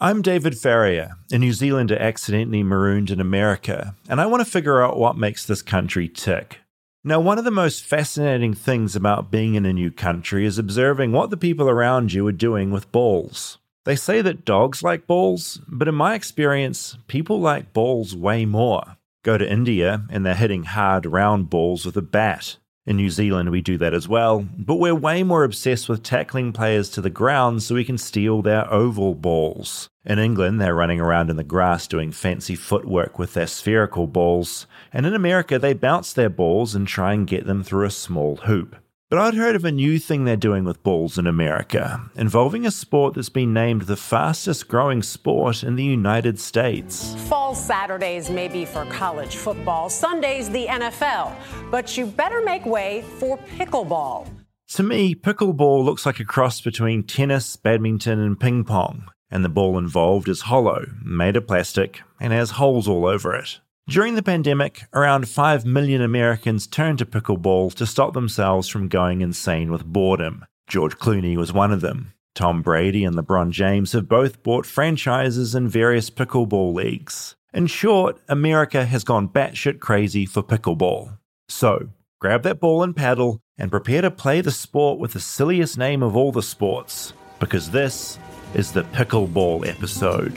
I'm David Ferrier, a New Zealander accidentally marooned in America, and I want to figure out what makes this country tick. Now, one of the most fascinating things about being in a new country is observing what the people around you are doing with balls. They say that dogs like balls, but in my experience, people like balls way more. Go to India and they're hitting hard round balls with a bat. In New Zealand, we do that as well, but we're way more obsessed with tackling players to the ground so we can steal their oval balls. In England, they're running around in the grass doing fancy footwork with their spherical balls, and in America, they bounce their balls and try and get them through a small hoop. But I'd heard of a new thing they're doing with balls in America, involving a sport that's been named the fastest growing sport in the United States. Fall Saturdays may be for college football, Sundays the NFL, but you better make way for pickleball. To me, pickleball looks like a cross between tennis, badminton, and ping pong, and the ball involved is hollow, made of plastic, and has holes all over it. During the pandemic, around 5 million Americans turned to pickleball to stop themselves from going insane with boredom. George Clooney was one of them. Tom Brady and LeBron James have both bought franchises in various pickleball leagues. In short, America has gone batshit crazy for pickleball. So, grab that ball and paddle and prepare to play the sport with the silliest name of all the sports, because this is the pickleball episode.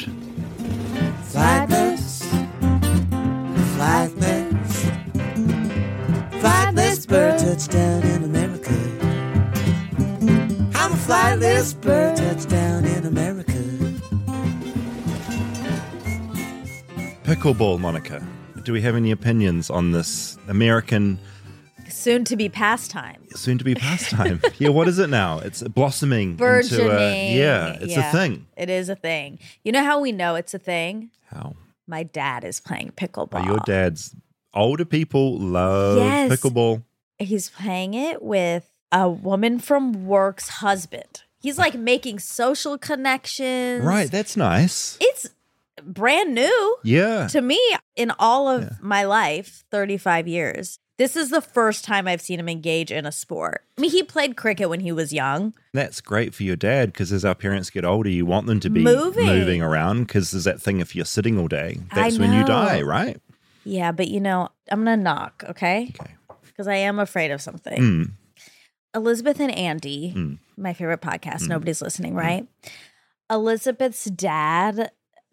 Flightless. Flightless. Flightless bird touchdown in America. I'm a flightless bird touchdown in America. Pickleball, Monica. Do we have any opinions on this American soon to be pastime. soon to be pastime. yeah, what is it now? It's blossoming. Burgeoning. Into a, yeah, it's Yeah, a thing. It is a thing. You know how we know it's a thing? How? My dad is playing pickleball. Well, your dad's older people love Yes. pickleball. He's playing it with a woman from work's husband. He's like making social connections. Right, that's nice. It's brand new Yeah. to me in all of my life, 35 years. This is the first time I've seen him engage in a sport. I mean, he played cricket when he was young. That's great for your dad because as our parents get older, you want them to be Moving. around because there's that thing if you're sitting all day, I that's when you know. die, right? Yeah, but you know, I'm going to knock, okay? Okay. Because I am afraid of something. Mm. Elizabeth and Andy, Mm. my favorite podcast. Nobody's listening, right? Elizabeth's dad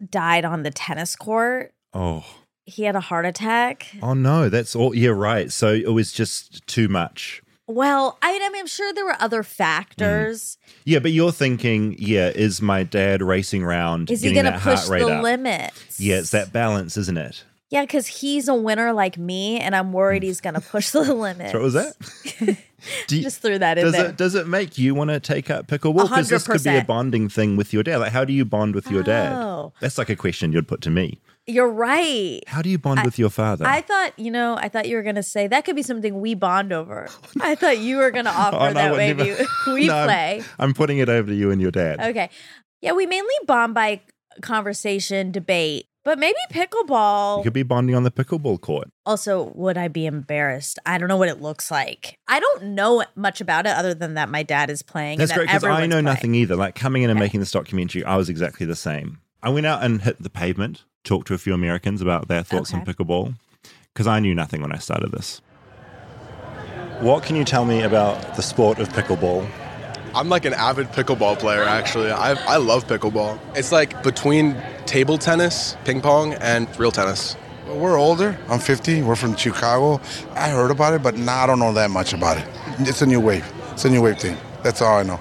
died on the tennis court. Oh, He had a heart attack. oh no, that's all. Yeah, right. So it was just too much. Well, I, I mean, I'm sure there were other factors. Yeah, but you're thinking, yeah, is my dad racing around? Is he getting going that to push heart rate the up? limits? Yeah, it's that balance, isn't it? Yeah, because he's a winner like me, and I'm worried he's going to push the Mm. limits. So what was that? Do you- Just threw that in does there. it does it make you want to take up pickleball? Because this could be a 100%. bonding thing with your dad. Like, how do you bond with your dad? Oh. That's like a question you'd put to me. You're right. How do you bond with your father? I thought, you know, I thought you were going to say that could be something we bond over. I thought you were going to offer Oh, no, I that would way. never- you- we No, I'm- play. I'm, putting it over to you and your dad. Okay. Yeah, we mainly bond by conversation, debate, but maybe You pickleball. could be bonding on the pickleball court. also, would I be embarrassed? I don't know what it looks like. I don't know much about it other than that my dad is playing. That's and great that because I everyone's know playing. nothing either. Like coming in and making this documentary, I was exactly the same. I went out and hit the pavement, talked to a few Americans about their thoughts on Okay. pickleball because I knew nothing when I started this. What can you tell me about the sport of pickleball? I'm like an avid pickleball player, actually. I, I love pickleball. It's like between table tennis, ping pong, and real tennis. We're older. I'm 50. We're from Chicago. I heard about it, but now I don't know that much about it. It's a new wave. It's a new wave thing. That's all I know.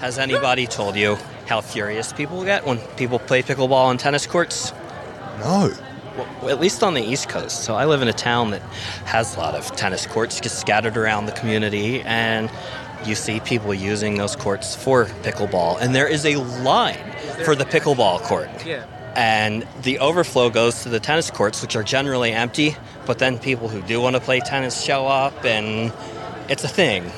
Has anybody told you how furious people get when people play pickleball on tennis courts? No. Well, at least on the East Coast. So I live in a town that has a lot of tennis courts just scattered around the community, and you see people using those courts for pickleball. And there is a line for the pickleball court. Yeah. And the overflow goes to the tennis courts, which are generally empty, but then people who do want to play tennis show up, and it's a thing.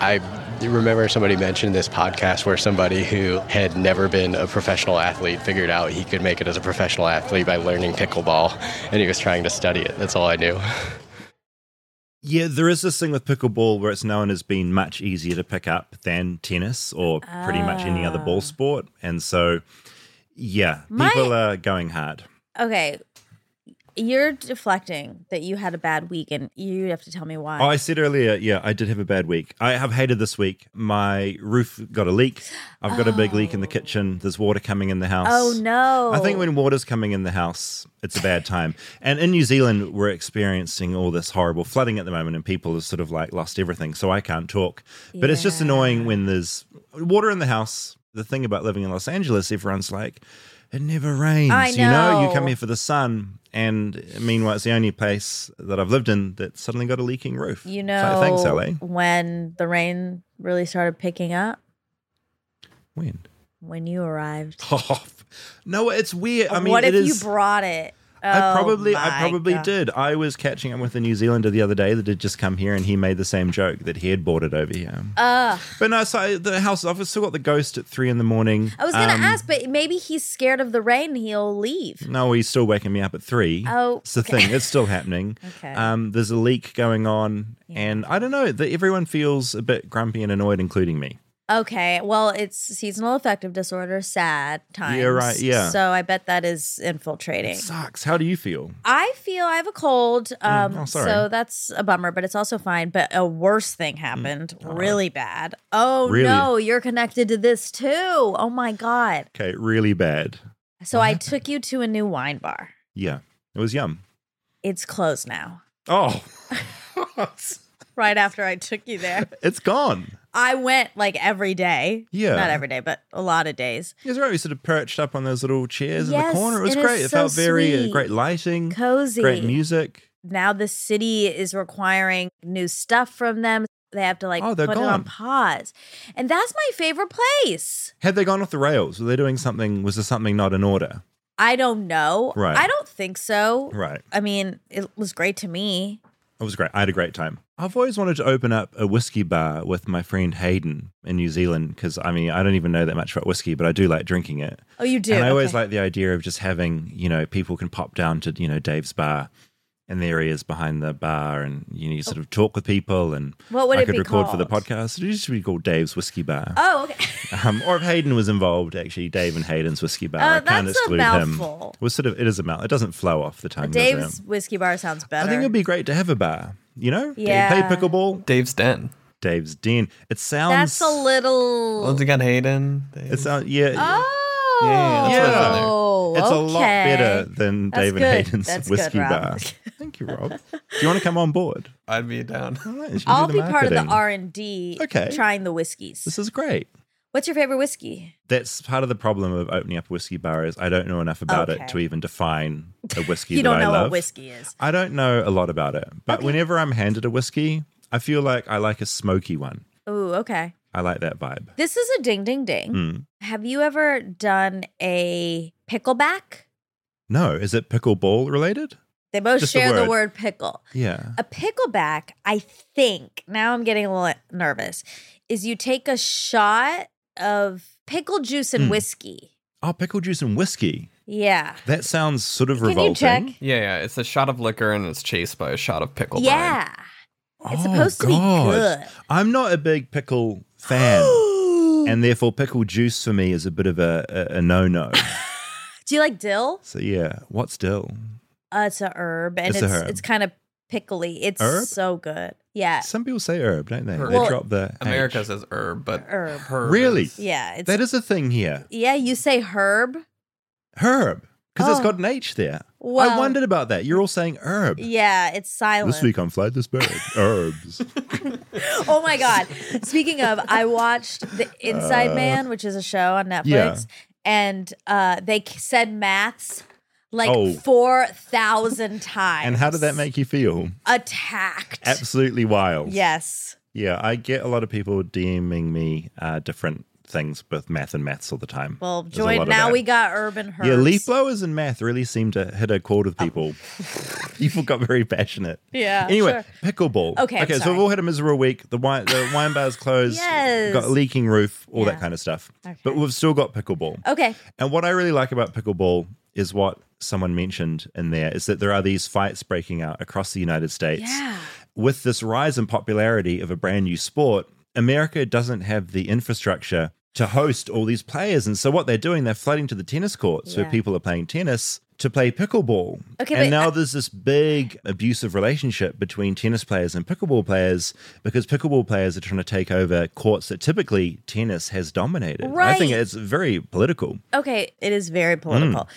I remember somebody mentioned this podcast where somebody who had never been a professional athlete figured out he could make it as a professional athlete by learning pickleball, and he was trying to study it. That's all I knew. Yeah, there is this thing with pickleball where it's known as being much easier to pick up than tennis or pretty much any other ball sport. And so, Yeah, Ah. My- people are going hard. Okay. You're deflecting that you had a bad week and you have to tell me why. Oh, I said earlier, yeah, I did have a bad week. I have hated this week. My roof got a leak. I've got a big leak in the kitchen. There's water coming in the house. Oh, no. I think when water's coming in the house, it's a bad time. And in New Zealand, we're experiencing all this horrible flooding at the moment, and people have sort of like lost everything. So I can't talk. But it's just Yeah. annoying when there's water in the house. The thing about living in Los Angeles, everyone's like, it never rains. I You know, you come know. here for the sun. And meanwhile, it's the only place that I've lived in that suddenly got a leaking roof. you It's know like, thanks, LA. when the rain really started picking up When? when you arrived. no, it's weird. I mean, what if it is. you brought it? I Oh probably, my I probably God. did. I was catching up with a New Zealander the other day that had just come here, and he made the same joke that he had bought it over here. Ugh. but no, so I- the house. I've still got the ghost at three in the morning. I was gonna Um, ask, but maybe he's scared of the rain. and He'll leave. No, he's still waking me up at three. Oh, it's the okay. thing. It's still happening. Okay. Um, there's a leak going on, and I don't know. That everyone feels a bit grumpy and annoyed, including me. Okay, well, it's seasonal affective disorder. Sad times. Yeah, right, yeah. So I bet that is infiltrating. Sucks. How do you feel? I feel I have a cold, um, oh, sorry. Mm, so that's a bummer, but it's also fine. But a worse thing happened, really bad. Oh Really? no, you're connected to this too. Oh my god! Okay, really bad. So I took you to a new wine bar. Yeah, it was yum. It's closed now. Oh, Right after I took you there, it's gone. I went like every day. Yeah. not every day, but a lot of days. It was right. We sort of perched up on those little chairs in Yes, the corner. It was it is great. It so felt very uh, sweet. great lighting, Cozy. great music. now the city is requiring new stuff from them. They have to like Oh, put they're it on gone. pause. And that's my favorite place. Had they gone off the rails? Were they doing something? Was there something not in order? I don't know. Right. I don't think so. Right. I mean, it was great to me. It was great. I had a great time. I've always wanted to open up a whiskey bar with my friend Hayden in New Zealand because I mean I don't even know that much about whiskey, but I do like drinking it. Oh, you do. and I always Okay. like the idea of just having you know people can pop down to you know Dave's bar. And there he is behind the bar, and you, know, you sort of talk with people, and What would I it could be record for the called? podcast. It used to be called Dave's Whiskey Bar. Oh, okay. um, or if Hayden was involved, actually, Dave and Hayden's whiskey bar. Uh, I can't that's a exclude mouthful. him. It was sort of it is a mouth. It doesn't flow off the tongue. Dave's Does it? whiskey bar sounds better. I think it'd be great to have a bar. You know, Dave, Yeah. hey, pickleball, Dave's Den. Dave's den. It sounds. that's a little. Well, they got Hayden. Dave. It sounds yeah. oh, Yeah, yeah, that's what I thought. Oh, It's a lot okay. better than That's David good. Hayden's That's good, whiskey Rob. bar. Thank you, Rob. Do you want to come on board? I'd be down. All right, you can I'll do be the part of the marketing. R and D. Okay. Trying the whiskeys. This is great. What's your favorite whiskey? That's part of the problem of opening up a whiskey bar is I don't know enough about Okay. it to even define a whiskey you that don't I know love. what whiskey is. I don't know a lot about it, but whenever I'm handed a whiskey, I feel like I like a smoky one. Ooh, okay. I like that vibe. This is a ding ding ding. Mm. Have you ever done a pickleback? No, is it pickleball related? They both Just a share the word. word pickle. Yeah. A pickleback, I think, now I'm getting a little nervous, is you take a shot of pickle juice Hmm. and whiskey. Oh, pickle juice and whiskey. Yeah. That sounds sort of Can you revolting. check? Yeah, yeah. It's a shot of liquor and it's chased by a shot of pickle. brine. yeah. Oh, It's supposed to be good. I'm not a big pickle fan, and therefore pickle juice for me is a bit of a, a, a no no. Do you like dill? so yeah, what's dill? Uh, it's a herb and It's it's a it's, herb. kind of pickly. It's Herb? so good. Yeah. Some people say herb, don't they? Herb. They Well, drop the H. America says herb, but Herb. herb Really? is- Yeah. It's That is a thing here. yeah, you say herb. Herb. Because it's Oh. got an H there. Well- I wondered about that. You're all saying herb. Yeah, it's silent. This week on Flight This Bird, herbs. Oh my god! Speaking of, I watched The Inside Man, which is a show on Netflix, Uh, yeah. and uh, they k- said maths like Oh. four thousand times. and how did that make you feel? attacked? Absolutely wild. Yes. Yeah, I get a lot of people DMing me uh, different things with math and maths all the time. Well, There's a lot join of now. that. We got urban herbs. Yeah, leaf blowers and math really seem to hit a chord with people. people got very passionate. Oh. Yeah, Anyway, pickleball. Okay, I'm Okay, so sorry. we've all had a miserable week. The wine, the wine bar's closed. Yes. Got a leaking roof, all Yeah. that kind of stuff. But we've still got pickleball. Okay. And what I really like about pickleball is what someone mentioned in there is that there are these fights breaking out across the United States. Yeah. With this rise in popularity of a brand new sport, America doesn't have the infrastructure to host all these players. And so what they're doing, they're flooding to the tennis courts where Yeah. people are playing tennis to play pickleball. Okay, and but now I- there's this big abusive relationship between tennis players and pickleball players because pickleball players are trying to take over courts that typically tennis has dominated. I think Right. it's very political. Okay, it is Mm. very political.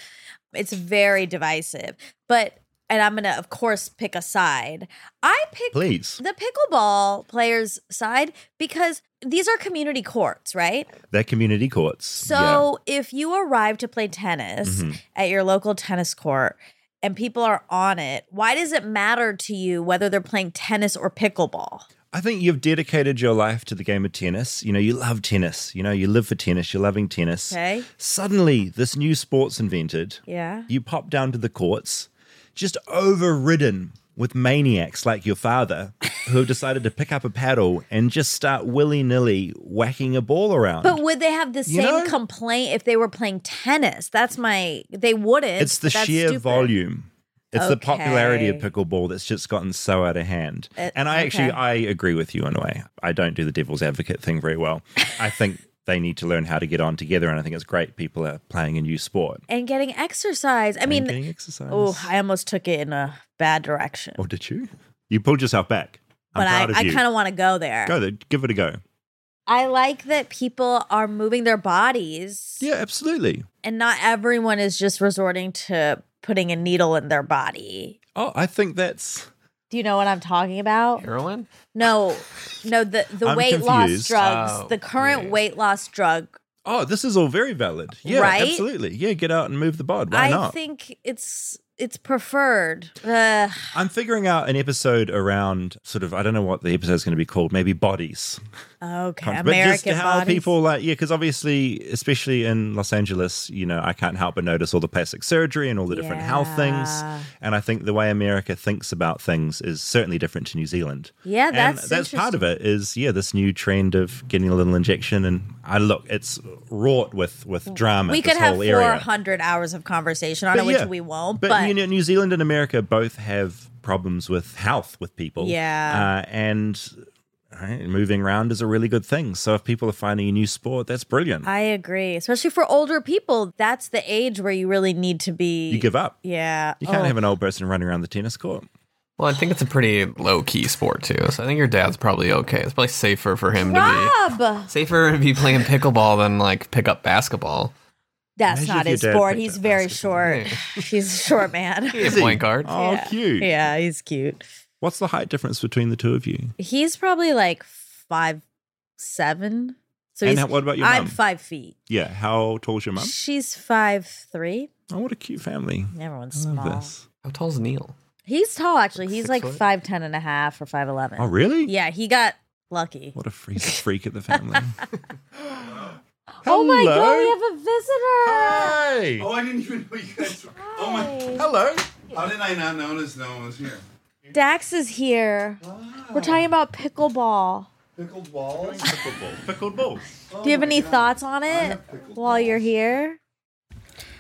It's very divisive. But and I'm gonna of course pick a side. I pick Please. the pickleball players' side because these are community courts, right? They're community courts. So if you arrive to play tennis Mm-hmm. at your local tennis court and people are on it, why does it matter to you whether they're playing tennis or pickleball? I think you've dedicated your life to the game of tennis. You know, you love tennis. You know, you live for tennis. You're loving tennis. Okay. Suddenly, this new sport's invented. Yeah. You pop down to the courts, just overridden with maniacs like your father who have decided to pick up a paddle and just start willy nilly whacking a ball around. But would they have the You same know- complaint if they were playing tennis? That's my they wouldn't. it's the That's sheer stupid. volume. It's the popularity of Okay. pickleball that's just gotten so out of hand. Uh, and I actually okay. I agree with you in a way. I don't do the devil's advocate thing very well. I think they need to learn how to get on together and I think it's great people are playing a new sport. And getting exercise. I and mean, getting exercise. oh, I almost took it in a bad direction. or did you? You pulled yourself back. I'm but I, proud of I you. kind of want to go there. Go there. Give it a go. I like that people are moving their bodies Yeah, absolutely. and not everyone is just resorting to putting a needle in their body. Oh, I think that's Do you know what I'm talking about? Heroin? No, no, the, the I'm weight loss confused. drugs, Oh, the current yeah. weight loss drug, oh, this is all very valid. Yeah, Right? absolutely. Yeah, get out and move the bod. Why I not? think it's it's preferred. Ugh. I'm figuring out an episode around sort of I don't know what the episode's going to be called. Maybe bodies, okay, Con- American but just how bodies. people like yeah, because obviously, especially in Los Angeles, you know, I can't help but notice all the plastic surgery and all the different health things. Yeah. And I think the way America thinks about things is certainly different to New Zealand. Yeah, and that's that's part of it is yeah this new trend of getting a little injection and i look it's wrought with with drama We this could have whole area 400 hours of conversation on it, which yeah. we won't. but, But, you know, New Zealand and America both have problems with health with people. Yeah. uh, and right, moving around is a really good thing. So if people are finding a new sport, that's brilliant. I agree, especially for older people. That's the age where you really need to be. you give up. Yeah. You can't Oh. have an old person running around the tennis court. Well, I think it's a pretty low key sport too. So I think your dad's probably okay. It's probably safer for him to Oh. Rob. be safer to be playing pickleball than like pick up basketball. That's Imagine not if his your dad sport. picked He's up very basketball. short. He's a short man. He's a point guard. Oh, Yeah. cute. Yeah, he's cute. What's the height difference between the two of you? He's probably like five seven. So and he's how, what about your I'm mum? five feet. yeah. How tall's your mum? She's five three. Oh, what a cute family. Everyone's I love small. this. How tall's Neil? He's tall actually. He's Six like foot? five ten and a half or five eleven. Oh, really? Yeah, he got lucky. What a freak, freak at the family. Oh my god, we Hello? Hey! have a visitor. I didn't even know you guys were. Oh my. Hello. How did I not notice no one was here? Dax is here. We're talking about pickleball. Pickled balls. Pickled balls. Do you have any thoughts on it while you're here?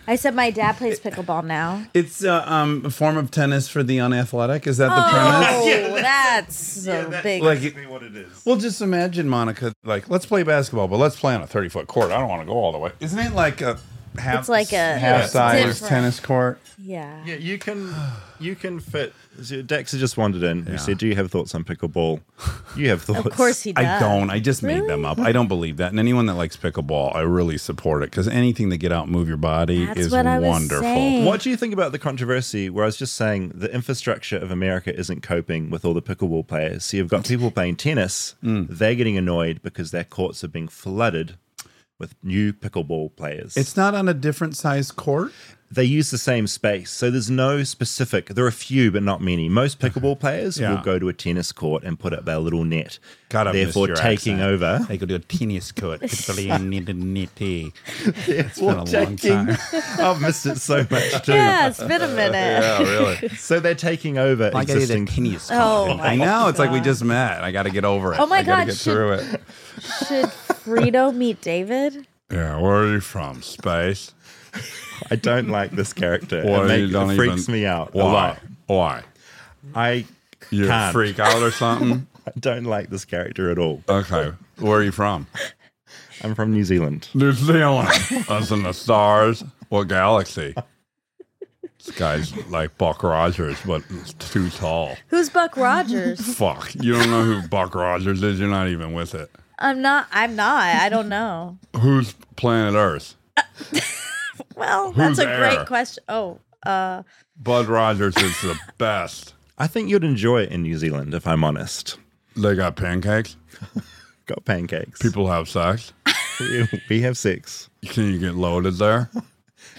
I said my dad plays pickleball now. It's uh, um, a form of tennis for the unathletic. Is that the premise? Oh, that's a big. Like, What it Oh. is. well, just imagine Monica. Like, let's play basketball, but let's play on a thirty-foot court. I don't want to go all the way. Isn't it like a half? It's like a- half-size different. tennis court. yeah. Yeah, you can you can fit. so Dex has just wandered in. We said, "Do you have thoughts on pickleball?" You have thoughts. Of course he does. I don't. I just made them up. I don't believe that. And anyone that likes pickleball, I really support it because anything to get out and move your body That's is what I was wonderful. saying. What do you think about the controversy where I was just saying the infrastructure of America isn't coping with all the pickleball players? So you've got people playing tennis, Mm. they're getting annoyed because their courts are being flooded with new pickleball players. It's not on a different size court. they use the same space. So there's no specific, there are a few, but not many. Most pickleball players Yeah. will go to a tennis court and put up their little net, God, I therefore missed your taking accent. over. I go to a tennis court. It's been a Well, long taking- time. I've missed it so much too. Yeah, it's been a minute. really. So they're taking over existing. tennis Oh, my I know. It's like we God. just met. I got to get over it. Oh my I gotta God, get should- through it. Should Frito meet David? Yeah, where are you from? Space. I don't like this character. Why it make- you don't it freaks even- me out a Why? lot. Why? I You Can't. freak out or something? don't like this character at all. Okay. Where are you from? I'm from New Zealand. New Zealand, as in the stars or galaxy. This guy's like Buck Rogers, but it's too tall. Who's Buck Rogers? Fuck, you don't know who Buck Rogers is. You're not even with it. I'm not. I'm not. I don't know. Who's planet Earth? Well, Who's that's a there? great question. Oh, uh, Bud Rogers is the best. I think you'd enjoy it in New Zealand, if I'm honest. They got pancakes. Got pancakes. People have sex. we have sex. Can you get loaded there?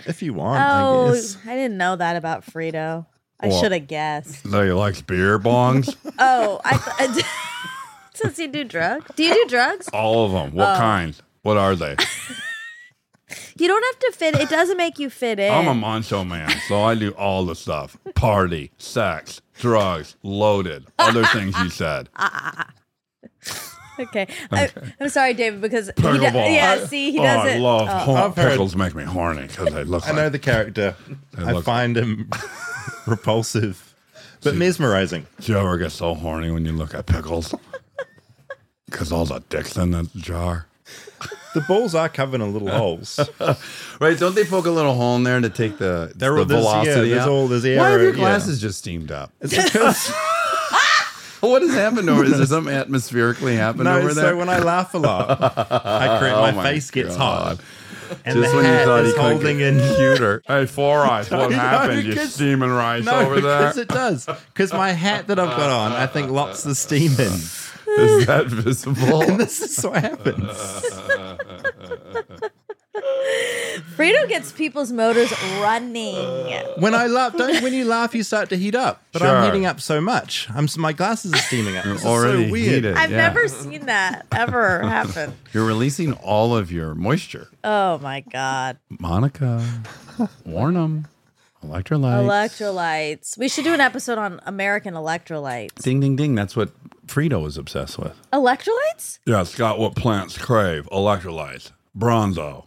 If you want, I oh, guess. I didn't know that about Frito. I Well- should have guessed. They like beer bongs. Oh, I. Th- Does he do drugs? Do you do drugs? All of them. What Oh. kind? What are they? You don't have to fit. It doesn't make you fit in. I'm a macho man, so I do all the stuff: party, sex, drugs, loaded, other things you said. Uh, okay. I, I'm sorry, David, because he do- Pickleball. yeah. See, he oh, I doesn't. love oh. hor- I've heard- pickles. Make me horny because they look. I know like, the character. I look- find him repulsive, but See- mesmerizing. Do you ever get so horny when you look at pickles? Because all the dicks in the jar. The balls are covered in little holes. Right? Don't they poke a little hole in there to take the, There- the there's- yeah, velocity there's out? all- there's Why have air, your yeah. glasses just steamed up? It's because What has happened over? Is there something atmospherically happened no, over so there? when I laugh a lot, I correct Oh my, my face gets God. hot, and Just the when you hat thought is he couldn't holding get- in Computer. Hey, Four Eyes, what No, happened? You because- steaming rice over there? because it does. Because my hat that I've got on, I think locks the steam in. Is that visible? And this is what happens. Frito gets people's motors running. Uh, When I laugh, don't when you laugh, you start to heat up. But Sure. I'm heating up so much, I'm s- my glasses are steaming up. This is so weird. I've never seen that ever happen. You're releasing all of your moisture. Oh my god. Monica, Warnum, electrolytes. Electrolytes. We should do an episode on American electrolytes. Ding, ding, ding. That's what Frito was obsessed with. Electrolytes? Yeah, Scott, what plants crave electrolytes? Bronzo.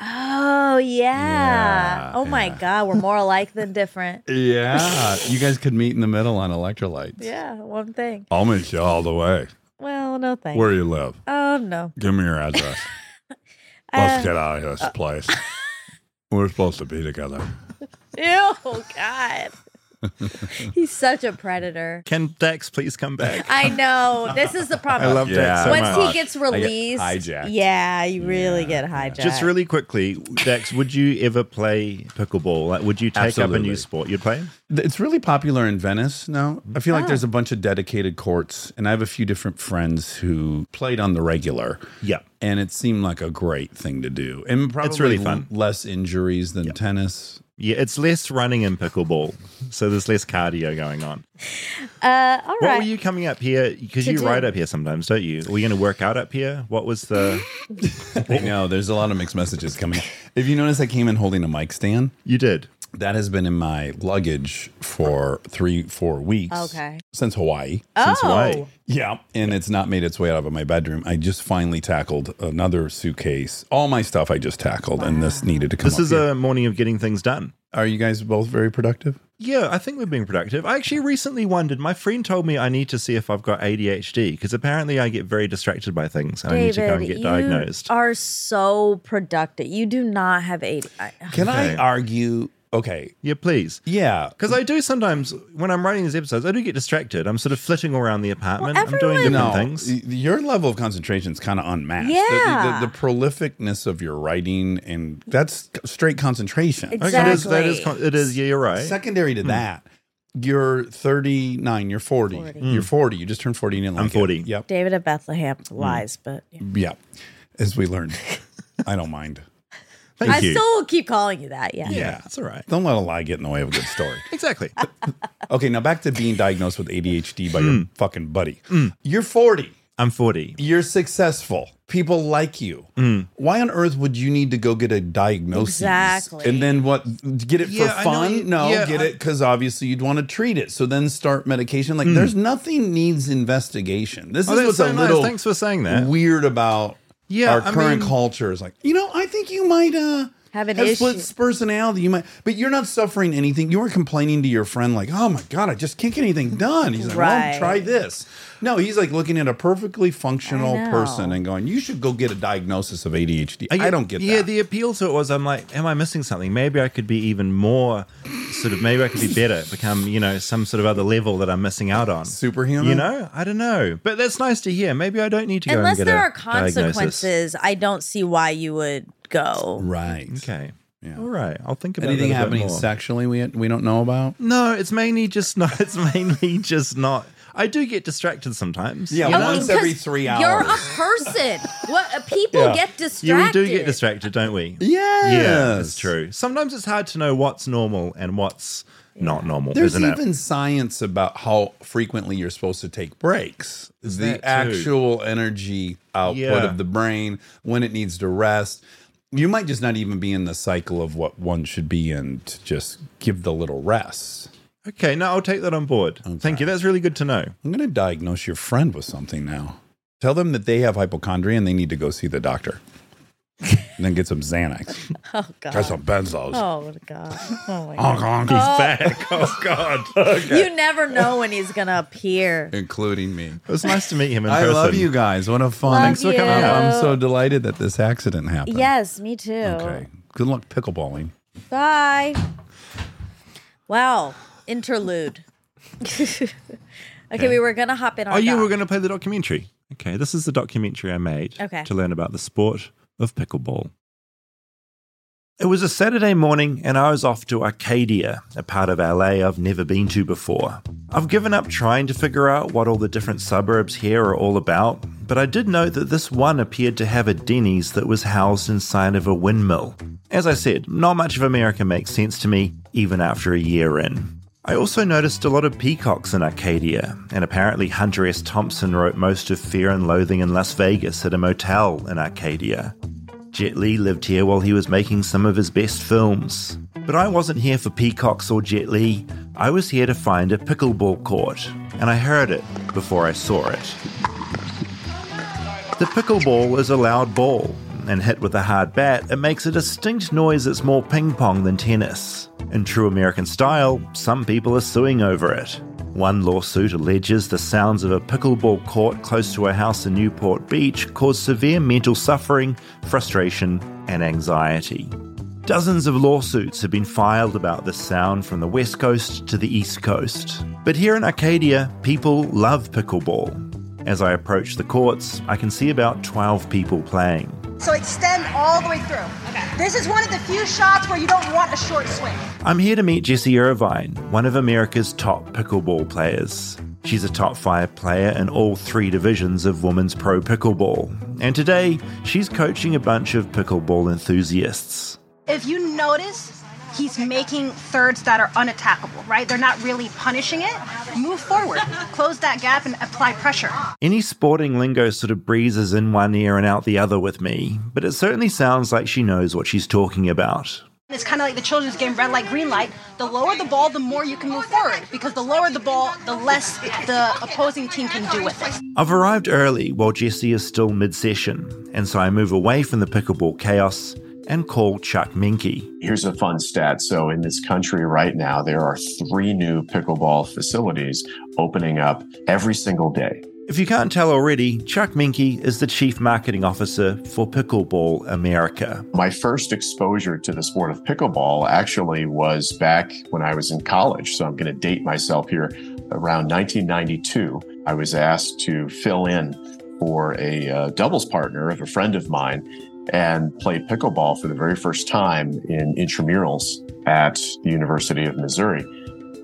Oh yeah. Yeah, oh my yeah. god, we're more alike than different. Yeah. you guys could meet in the middle on electrolytes. Yeah, one thing. I'll meet you all the way. Well, no thanks. Where you live? Oh no. Uh, Give me your address. Let's get out of this place. We're supposed to be together. Ew, God. He's such a predator. Can Dax please come back? I know. This is the problem. Uh, I love Dax so Once much. he gets released, hijacked. yeah, you really get hijacked. Just really quickly, Dax, would you ever play pickleball? Like, would you take up a Absolutely. new sport? You'd play? It's really popular in Venice now. I feel like Ah. there's a bunch of dedicated courts, and I have a few different friends who played on the regular. Yeah. And it seemed like a great thing to do. And probably really fun. l- less injuries than tennis. Yeah, it's less running in pickleball, so there's less cardio going on. Uh, all What right. were you coming up here? Because To you do. ride up here sometimes, don't you? Were you going to work out up here? What was the? I know there's a lot of mixed messages coming. If you notice, I came in holding a mic stand. You did. That has been in my luggage for three, four weeks. Okay. Since Hawaii. Hawaii. oh, Yeah, and it's not made its way out of my bedroom. I just finally tackled another suitcase. All my stuff I just tackled, and this needed to come. This up is here. a morning of getting things done. Are you guys both very productive? Yeah, I think we're being productive. I actually recently wondered. My friend told me I need to see if I've got ADHD because apparently I get very distracted by things and I need to go David, and get you diagnosed. are so productive. You do not have AD. I- Can Okay. I argue? Okay, yeah, please. yeah, Because I do sometimes when I'm writing these episodes, I do get distracted. I'm sort of flitting around the apartment. I'm doing different no, things. y- your level of concentration is kind of unmatched. The- Yeah. the, the prolificness of your writing and that's straight concentration. Exactly. It is. That is. con- It is. Yeah, you're right. Secondary to that, you're 39, you're 40, 40. you're 40, you just turned 40 and you didn't I'm like it. 40. Yep. David of Bethlehem lies, Mm. but yeah. Yeah, as we learned, I don't mind. Thank I you. still will keep calling you that. Yeah. Yeah, it's all right. Don't let a lie get in the way of a good story. Exactly. okay, now back to being diagnosed with ADHD by your fucking buddy. You're 40. I'm 40. You're successful. People like you. Mm. Why on earth would you need to go get a diagnosis? Exactly. And then what? Get it Yeah, for I know fun? you- no, yeah, get I- it because obviously you'd want to treat it. So then start medication. Like there's nothing needs investigation. This Mm. Oh, is that's what's so a nice. little Thanks for saying that. weird about Yeah, our I current mean- culture. Is like you know I think you might uh Have an have issue. split personality. You might, but you're not suffering anything. You weren't complaining to your friend like, "Oh my god, I just can't get anything done." He's like, Right. "Well, try this." No, he's like looking at a perfectly functional I know. person and going, "You should go get a diagnosis of ADHD." I don't get that. Yeah, the appeal to it was I'm like, am I missing something? Maybe I could be even more sort of, maybe I could be better, become, you know, some sort of other level that I'm missing out on. Superhuman? You know, I don't know. But that's nice to hear. Maybe I don't need to go and Unless get there a are diagnosis. consequences, I don't see why you would go. Right. Okay. All right. I'll think about Anything that a bit happening more. sexually we we don't know about. No, it's mainly just not. It's mainly just not. I do get distracted sometimes. Yeah, you know? once every three You're a person. what uh, people Yeah. get Yeah, we distracted. do get distracted, don't we? Yes. Yeah, that's true. Sometimes it's hard to know what's normal and what's not normal, There's isn't even science about how frequently you're supposed to take breaks. Is the that too? actual energy output Yeah. of the brain when it needs to rest. You might just not even be in the cycle of what one should be in to just give the little rest. it? Okay, no, I'll take that on board. Thank you. That's really good to know. I'm going to diagnose your friend with something now. Tell them that they have hypochondria and they need to go see the doctor. and then get some Xanax. Oh god. Try some Benzos. Oh god. Oh my Honk, god. honk. Oh. Oh God. You never know when he's gonna appear. Including me. It was nice to meet him in I person. love you guys. What a fun. Love Thanks for coming you. I'm so delighted that this accident happened. Yes, me too. Okay. Good luck pickleballing. Bye. Wow. Interlude. okay, Okay. we were gonna hop in Oh, our you doc. were going to play the documentary. Okay, this is the documentary I made Okay. to learn about the sport of pickleball. It was a Saturday morning, and I was off to Arcadia, a part of LA I've never been to before. I've given up trying to figure out what all the different suburbs here are all about, but I did note that this one appeared to have a Denny's that was housed inside of a windmill. As I said, not much of America makes sense to me, even after a year in. I also noticed a lot of peacocks in Arcadia, and apparently Hunter S. Thompson wrote most of Fear and Loathing in Las Vegas at a motel in Arcadia. Jet Li lived here while he was making some of his best films. But I wasn't here for peacocks or Jet Li. I was here to find a pickleball court, and I heard it before I saw it. The pickleball is a loud ball, and hit with a hard bat, it makes a distinct noise that's more ping pong than tennis. In true American style, some people are suing over it. One lawsuit alleges the sounds of a pickleball court close to a house in Newport Beach cause severe mental suffering, frustration, and anxiety. Dozens of lawsuits have been filed about this sound from the West Coast to the East Coast. But here in Arcadia, people love pickleball. As I approach the courts, I can see about 12 people playing. So extend all the way through. Okay. This is one of the few shots where you don't want a short swing. I'm here to meet Jessie Irvine, one of America's top pickleball players. She's a top five player in all three divisions of women's pro pickleball, and today she's coaching a bunch of pickleball enthusiasts. If you notice, he's making thirds that are unattackable, right? They're not really punishing it. Move forward, close that gap, and apply pressure. Any sporting lingo sort of breezes in one ear and out the other with me, but it certainly sounds like she knows what she's talking about. It's kind of like the children's game, red light, green light. The lower the ball, the more you can move forward, because the lower the ball, the less the opposing team can do with it. I've arrived early while Jessie is still mid session, and so I move away from the pickleball chaos and call Chuck Minky. Here's a fun stat. So, in this country right now, there are three new pickleball facilities opening up every single day. If you can't tell already, Chuck Minky is the Chief Marketing Officer for Pickleball America. My first exposure to the sport of pickleball actually was back when I was in college. So, I'm going to date myself here. Around 1992, I was asked to fill in for a uh, doubles partner of a friend of mine and played pickleball for the very first time in intramurals at the University of Missouri.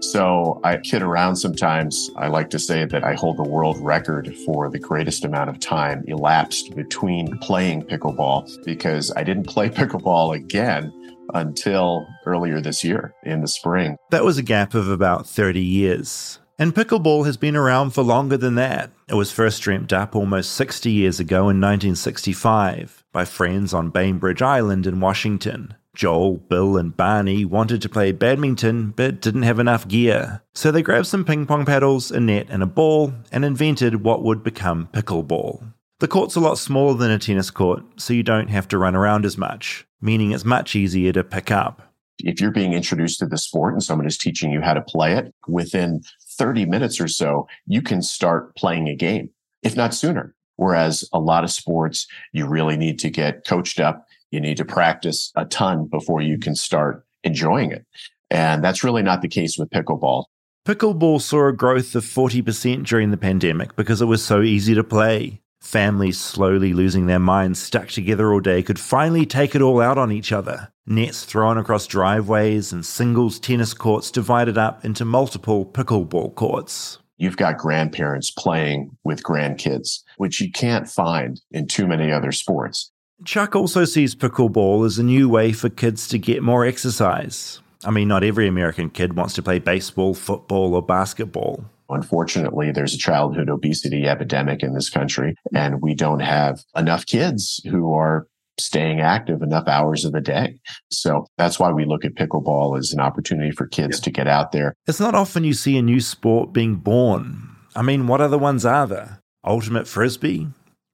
So I kid around sometimes. I like to say that I hold the world record for the greatest amount of time elapsed between playing pickleball because I didn't play pickleball again until earlier this year in the spring. That was a gap of about 30 years. And pickleball has been around for longer than that. It was first dreamt up almost 60 years ago in 1965 by friends on Bainbridge Island in Washington. Joel, Bill, and Barney wanted to play badminton but didn't have enough gear. So they grabbed some ping pong paddles, a net, and a ball and invented what would become pickleball. The court's a lot smaller than a tennis court, so you don't have to run around as much, meaning it's much easier to pick up. If you're being introduced to the sport and someone is teaching you how to play it, within 30 minutes or so, you can start playing a game, if not sooner. Whereas a lot of sports, you really need to get coached up. You need to practice a ton before you can start enjoying it. And that's really not the case with pickleball. Pickleball saw a growth of 40% during the pandemic because it was so easy to play. Families slowly losing their minds, stuck together all day, could finally take it all out on each other. Nets thrown across driveways and singles tennis courts divided up into multiple pickleball courts. You've got grandparents playing with grandkids, which you can't find in too many other sports. Chuck also sees pickleball as a new way for kids to get more exercise. I mean, not every American kid wants to play baseball, football, or basketball. Unfortunately, there's a childhood obesity epidemic in this country, and we don't have enough kids who are staying active enough hours of the day. So that's why we look at pickleball as an opportunity for kids to get out there. It's not often you see a new sport being born. I mean, what other ones are there? Ultimate Frisbee?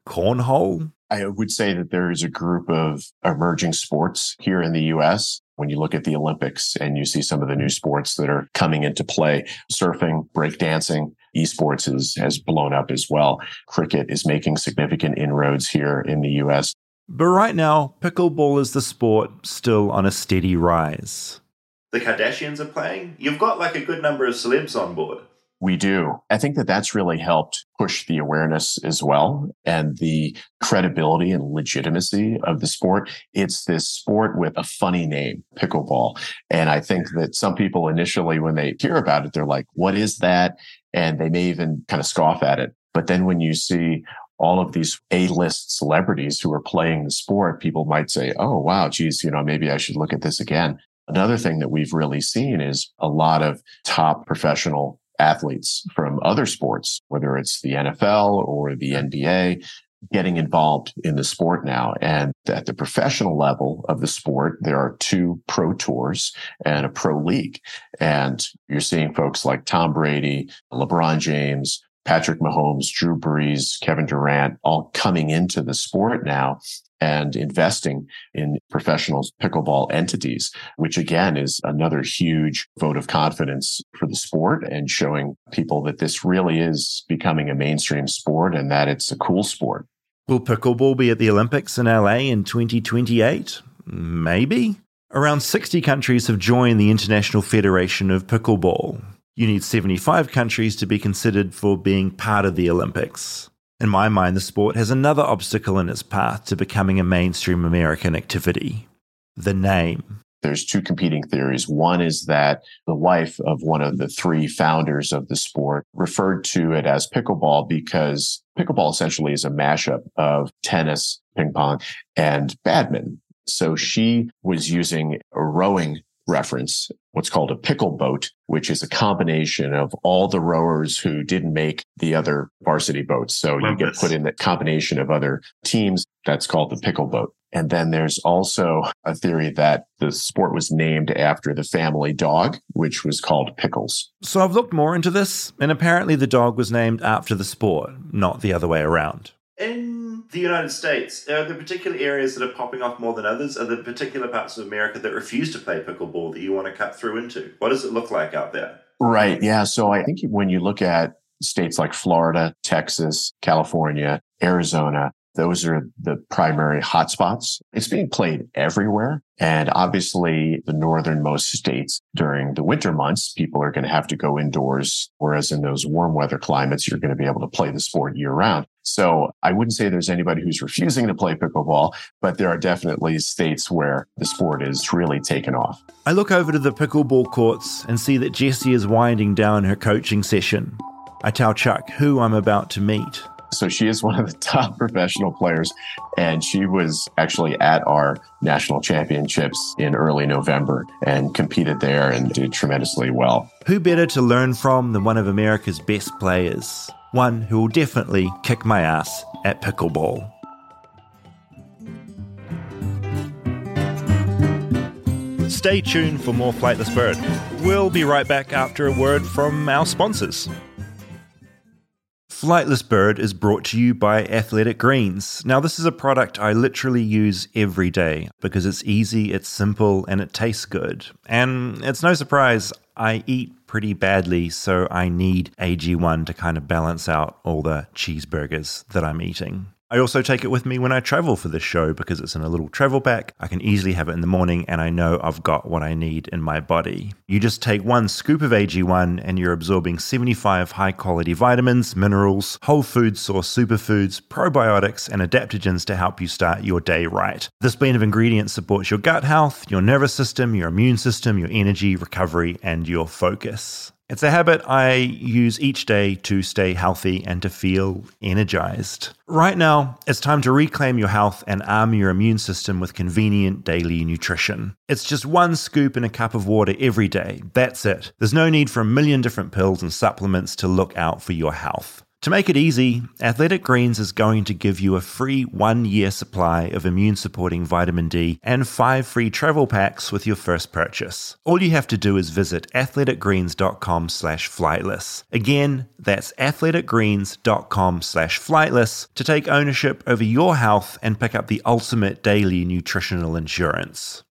Cornhole? I would say that there is a group of emerging sports here in the US. When you look at the Olympics and you see some of the new sports that are coming into play, surfing, breakdancing, esports is, has blown up as well. Cricket is making significant inroads here in the US. But right now, pickleball is the sport still on a steady rise. The Kardashians are playing. You've got like a good number of celebs on board. We do. I think that that's really helped push the awareness as well and the credibility and legitimacy of the sport. It's this sport with a funny name, pickleball. And I think that some people initially, when they hear about it, they're like, what is that? And they may even kind of scoff at it. But then when you see all of these A-list celebrities who are playing the sport, people might say, oh, wow, geez, you know, maybe I should look at this again. Another thing that we've really seen is a lot of top professional athletes from other sports, whether it's the NFL or the NBA, getting involved in the sport now. And at the professional level of the sport, there are two pro tours and a pro league. And you're seeing folks like Tom Brady, LeBron James, Patrick Mahomes, Drew Brees, Kevin Durant, all coming into the sport now and investing in professional pickleball entities, which again is another huge vote of confidence for the sport and showing people that this really is becoming a mainstream sport and that it's a cool sport. Will pickleball be at the Olympics in LA in 2028? Maybe. Around 60 countries have joined the International Federation of Pickleball. You need 75 countries to be considered for being part of the Olympics. In my mind, the sport has another obstacle in its path to becoming a mainstream American activity the name. There's two competing theories. One is that the wife of one of the three founders of the sport referred to it as pickleball because pickleball essentially is a mashup of tennis, ping pong, and badminton. So she was using a rowing reference, what's called a pickle boat, which is a combination of all the rowers who didn't make the other varsity boats. So you get put in that combination of other teams. That's called the pickle boat. And then there's also a theory that the sport was named after the family dog, which was called Pickles. So I've looked more into this, and apparently the dog was named after the sport, not the other way around. In the United States, are there particular areas that are popping off more than others? Are there particular parts of America that refuse to play pickleball that you want to cut through into? What does it look like out there? Right. Yeah. So I think when you look at states like Florida, Texas, California, Arizona, those are the primary hotspots. It's being played everywhere. And obviously the northernmost states during the winter months, people are going to have to go indoors. Whereas in those warm weather climates, you're going to be able to play the sport year round. So I wouldn't say there's anybody who's refusing to play pickleball, but there are definitely states where the sport is really taken off. I look over to the pickleball courts and see that Jessie is winding down her coaching session. I tell Chuck who I'm about to meet. So she is one of the top professional players, and she was actually at our national championships in early November and competed there and did tremendously well. Who better to learn from than one of America's best players? One who will definitely kick my ass at pickleball. Stay tuned for more Flightless Bird. We'll be right back after a word from our sponsors. Flightless Bird is brought to you by Athletic Greens. Now, this is a product I literally use every day because it's easy, it's simple, and it tastes good. And it's no surprise, I eat pretty badly, so I need AG1 to kind of balance out all the cheeseburgers that I'm eating. I also take it with me when I travel for this show because it's in a little travel pack. I can easily have it in the morning and I know I've got what I need in my body. You just take one scoop of AG1 and you're absorbing 75 high quality vitamins, minerals, whole food source superfoods, probiotics, and adaptogens to help you start your day right. This blend of ingredients supports your gut health, your nervous system, your immune system, your energy, recovery, and your focus. It's a habit I use each day to stay healthy and to feel energized. Right now, it's time to reclaim your health and arm your immune system with convenient daily nutrition. It's just one scoop in a cup of water every day. That's it. There's no need for a million different pills and supplements to look out for your health. To make it easy, Athletic Greens is going to give you a free one year supply of immune supporting vitamin D and five free travel packs with your first purchase. All you have to do is visit athleticgreens.com slash flightless. Again, that's athleticgreens.com slash flightless to take ownership over your health and pick up the ultimate daily nutritional insurance.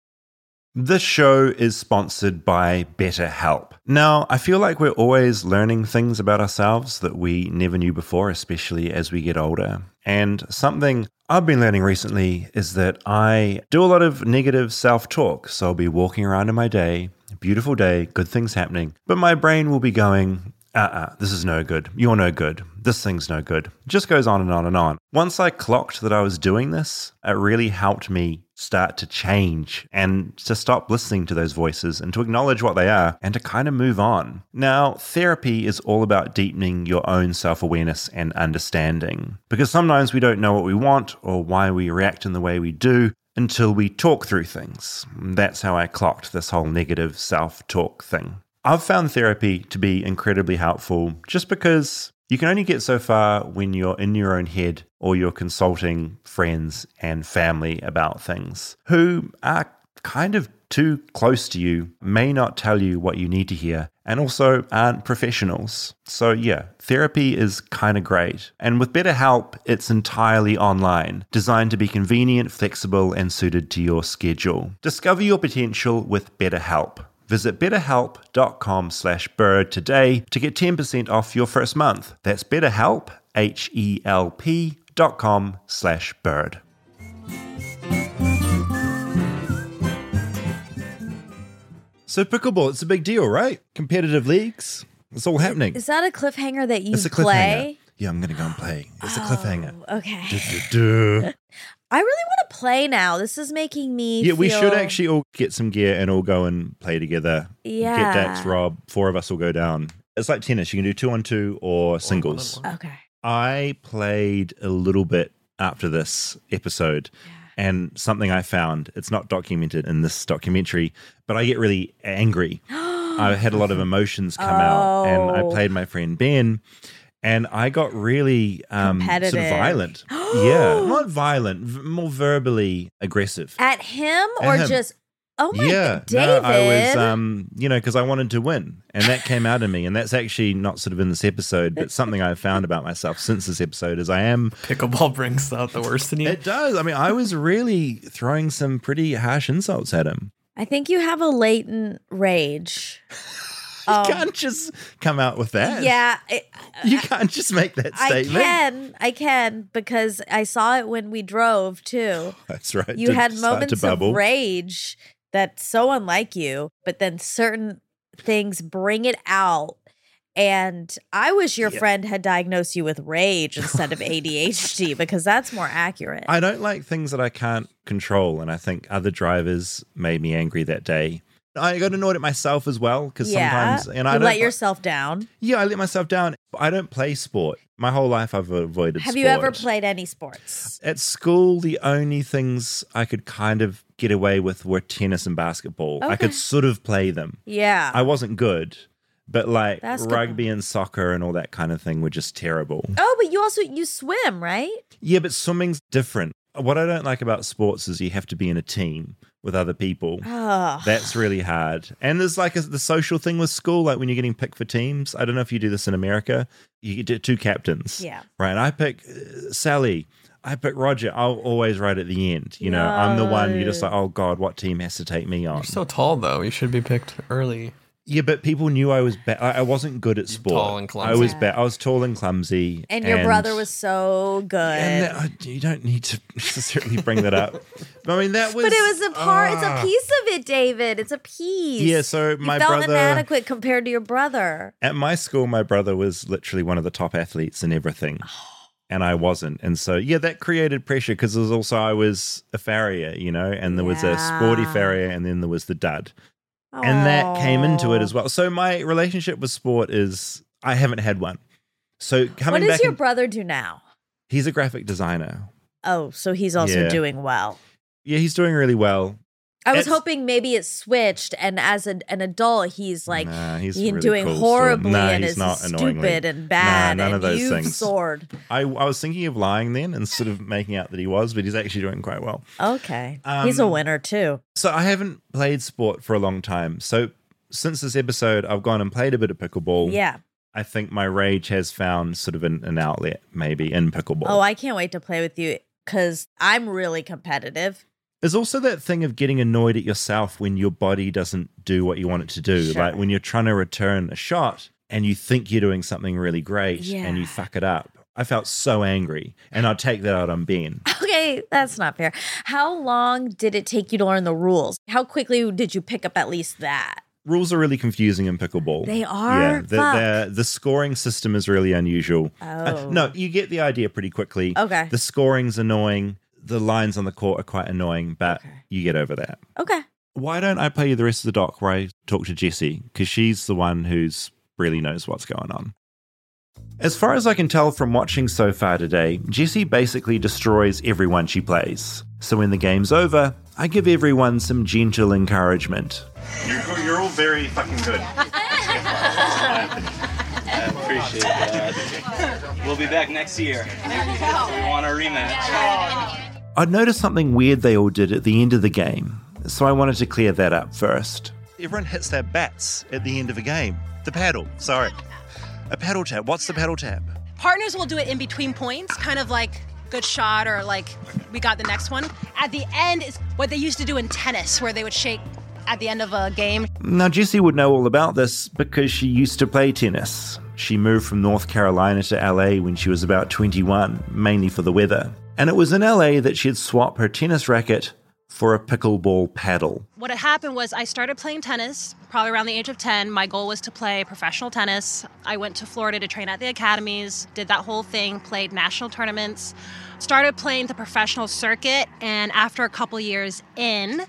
This show is sponsored by BetterHelp. Now, I feel like we're always learning things about ourselves that we never knew before, especially as we get older. And something I've been learning recently is that I do a lot of negative self talk. So I'll be walking around in my day, beautiful day, good things happening, but my brain will be going, uh uh this is no good. You're no good. This thing's no good. Just goes on and on and on. Once I clocked that I was doing this, it really helped me start to change and to stop listening to those voices and to acknowledge what they are and to kind of move on. Now, therapy is all about deepening your own self awareness and understanding because sometimes we don't know what we want or why we react in the way we do until we talk through things. That's how I clocked this whole negative self talk thing. I've found therapy to be incredibly helpful just because you can only get so far when you're in your own head or you're consulting friends and family about things who are kind of too close to you, may not tell you what you need to hear, and also aren't professionals. So, yeah, therapy is kind of great. And with BetterHelp, it's entirely online, designed to be convenient, flexible, and suited to your schedule. Discover your potential with BetterHelp. Visit betterhelp.com slash bird today to get 10% off your first month. That's betterhelp, H-E-L-P dot com slash bird. So pickleball, it's a big deal, right? Competitive leagues, it's all happening. Is that a cliffhanger that you it's a cliffhanger. play? Oh. Yeah, I'm going to go and play. It's a cliffhanger. Okay. Du- du- I really want to play now. This is making me. Yeah, we should feel- actually all get some gear and all go and play together. Yeah. Get Dax, Rob, four of us will go down. It's like tennis. You can do two on two or singles. Okay. I played a little bit after this episode, and something I found it's not documented in this documentary, but I get really angry. I had a lot of emotions come out, and I Oh. played my friend Ben, and I got really um, sort of Competitive. violent. yeah, not violent, v- more verbally aggressive. At him At or him. just. Oh my yeah, God, David. no, I was, um, you know, because I wanted to win, and that came out in me, and that's actually not sort of in this episode, but something I've found about myself since this episode is I am Pickleball brings out the worst in you. It does. I mean, I was really throwing some pretty harsh insults at him. I think you have a latent rage. you can't just Come out with that. Oh. Yeah, I, you can't just make that I statement. can. I can because I saw it when we drove too. That's right. you Did had start to moments of bubble. rage that's so unlike you, but then certain things bring it out. And I wish your friend had diagnosed you with rage instead of ADHD because that's more accurate. I don't like things that I can't control, and I think other drivers made me angry that day. I got annoyed at myself as well because sometimes, and I you don't let yourself down. Yeah, I let myself down. I don't play sport. My whole life, I've avoided. Have you ever sport. played any sports? At school, the only things I could kind of get away with were tennis and basketball. I Okay. could sort of play them. Yeah. I wasn't good, but like Basketball. rugby and soccer and all that kind of thing were just terrible. Oh, but you also you swim, right? Yeah, but swimming's different. What I don't like about sports is you have to be in a team. with other people. Ugh. That's really hard. And there's like a, the social thing with school, like when you're getting picked for teams. I don't know if you do this in America. You get two captains. Yeah. Right. I pick uh, Sally. I pick Roger. I'll always right at the end. You know, I'm the one. You're just like, oh god, what team has to take me on? You're so tall though. You should be picked early. Yeah, but people knew I was bad. I I wasn't good at sport. tall and I was clumsy. bad. I was tall and clumsy. And your brother was so good. And that- I- you don't need to necessarily bring that up. I mean, that was. but it was a part. it's Ah. a piece of it, David. It's a piece. Yeah, so my you felt brother- inadequate compared to your brother. At my school, my brother was literally one of the top athletes in everything. And I wasn't. And so, yeah, that created pressure because there was also, I was a farrier, you know, and there was a sporty Yeah. farrier and then there was the dud. And that came into it as well. So, my relationship with sport is I haven't had one. So, coming what does back, your in- brother do now? he's a graphic designer. Oh, so he's also Yeah. doing well. Yeah, he's doing really well. I was It's- hoping maybe it switched, and as an, an adult, he's like Nah, he's he- really doing cool still. horribly Nah, and he's is not annoyingly. stupid and Nah, bad. none and of those you've things. soared. I, I was thinking of lying then and sort of making out that he was, but he's actually doing quite well. Okay, he's a Um, winner too. So I haven't played sport for a long time. So since this episode, I've gone and played a bit of pickleball. Yeah. I think my rage has found sort of an, an outlet maybe in pickleball. Oh, I can't wait to play with you because I'm really competitive. There's also that thing of getting annoyed at yourself when your body doesn't do what you want it to do. Sure. Like when you're trying to return a shot and you think you're doing something really great and you Yeah. fuck it up. I felt so angry and I'll take that out on Ben. Okay, that's not fair. How long did it take you to learn the rules? How quickly did you pick up at least that? Rules are really confusing in pickleball. They Yeah, are? the, Fuck. the, the scoring system is really unusual. Uh, Oh. no, you get the idea pretty quickly. Okay. The scoring's annoying. The lines on the court are quite annoying, but you get over that. Okay. Why don't I play you the rest of the doc where I talk to Jessie? Because she's the one who's really knows what's going on. As far as I can tell from watching so far today, Jessie basically destroys everyone she plays. So when the game's over, I give everyone some gentle encouragement. You're, you're all very fucking good. I appreciate that. We'll be back next year. We want a rematch. I'd noticed something weird they all did at the end of the game, so I wanted to clear that up first. Everyone hits their bats at the end of a game. The paddle, sorry. A paddle tap. What's the paddle tap? Partners will do it in between points, kind of like good shot or like we got the next one. At the end is what they used to do in tennis, where they would shake at the end of a game. Now, Jessie would know all about this because she used to play tennis. She moved from North Carolina to LA when she was about 21, mainly for the weather. And it was in LA that she'd swap her tennis racket for a pickleball paddle. What had happened was I started playing tennis probably around the age of 10. My goal was to play professional tennis. I went to Florida to train at the academies, did that whole thing, played national tournaments, started playing the professional circuit, and after a couple years in,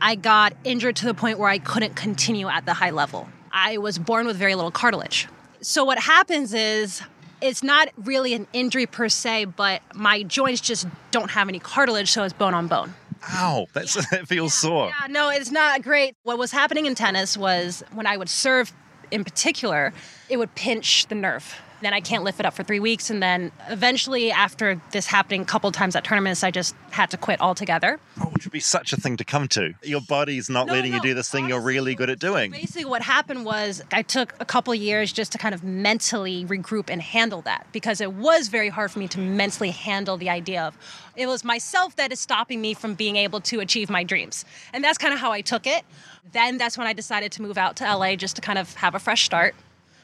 I got injured to the point where I couldn't continue at the high level. I was born with very little cartilage. So what happens is it's not really an injury per se, but my joints just don't have any cartilage, so it's bone on bone. Ow, that's, that feels sore. Yeah, no, it's not great. What was happening in tennis was when I would serve in particular, it would pinch the nerve. Then I can't lift it up for three weeks. And then eventually, after this happening a couple times at tournaments, I just had to quit altogether. Which Oh, would be such a thing to come to. Your body's not letting you do this thing you're really good at doing. Basically, what happened was I took a couple years just to kind of mentally regroup and handle that because it was very hard for me to mentally handle the idea of it was myself that is stopping me from being able to achieve my dreams. And that's kind of how I took it. Then that's when I decided to move out to LA just to kind of have a fresh start.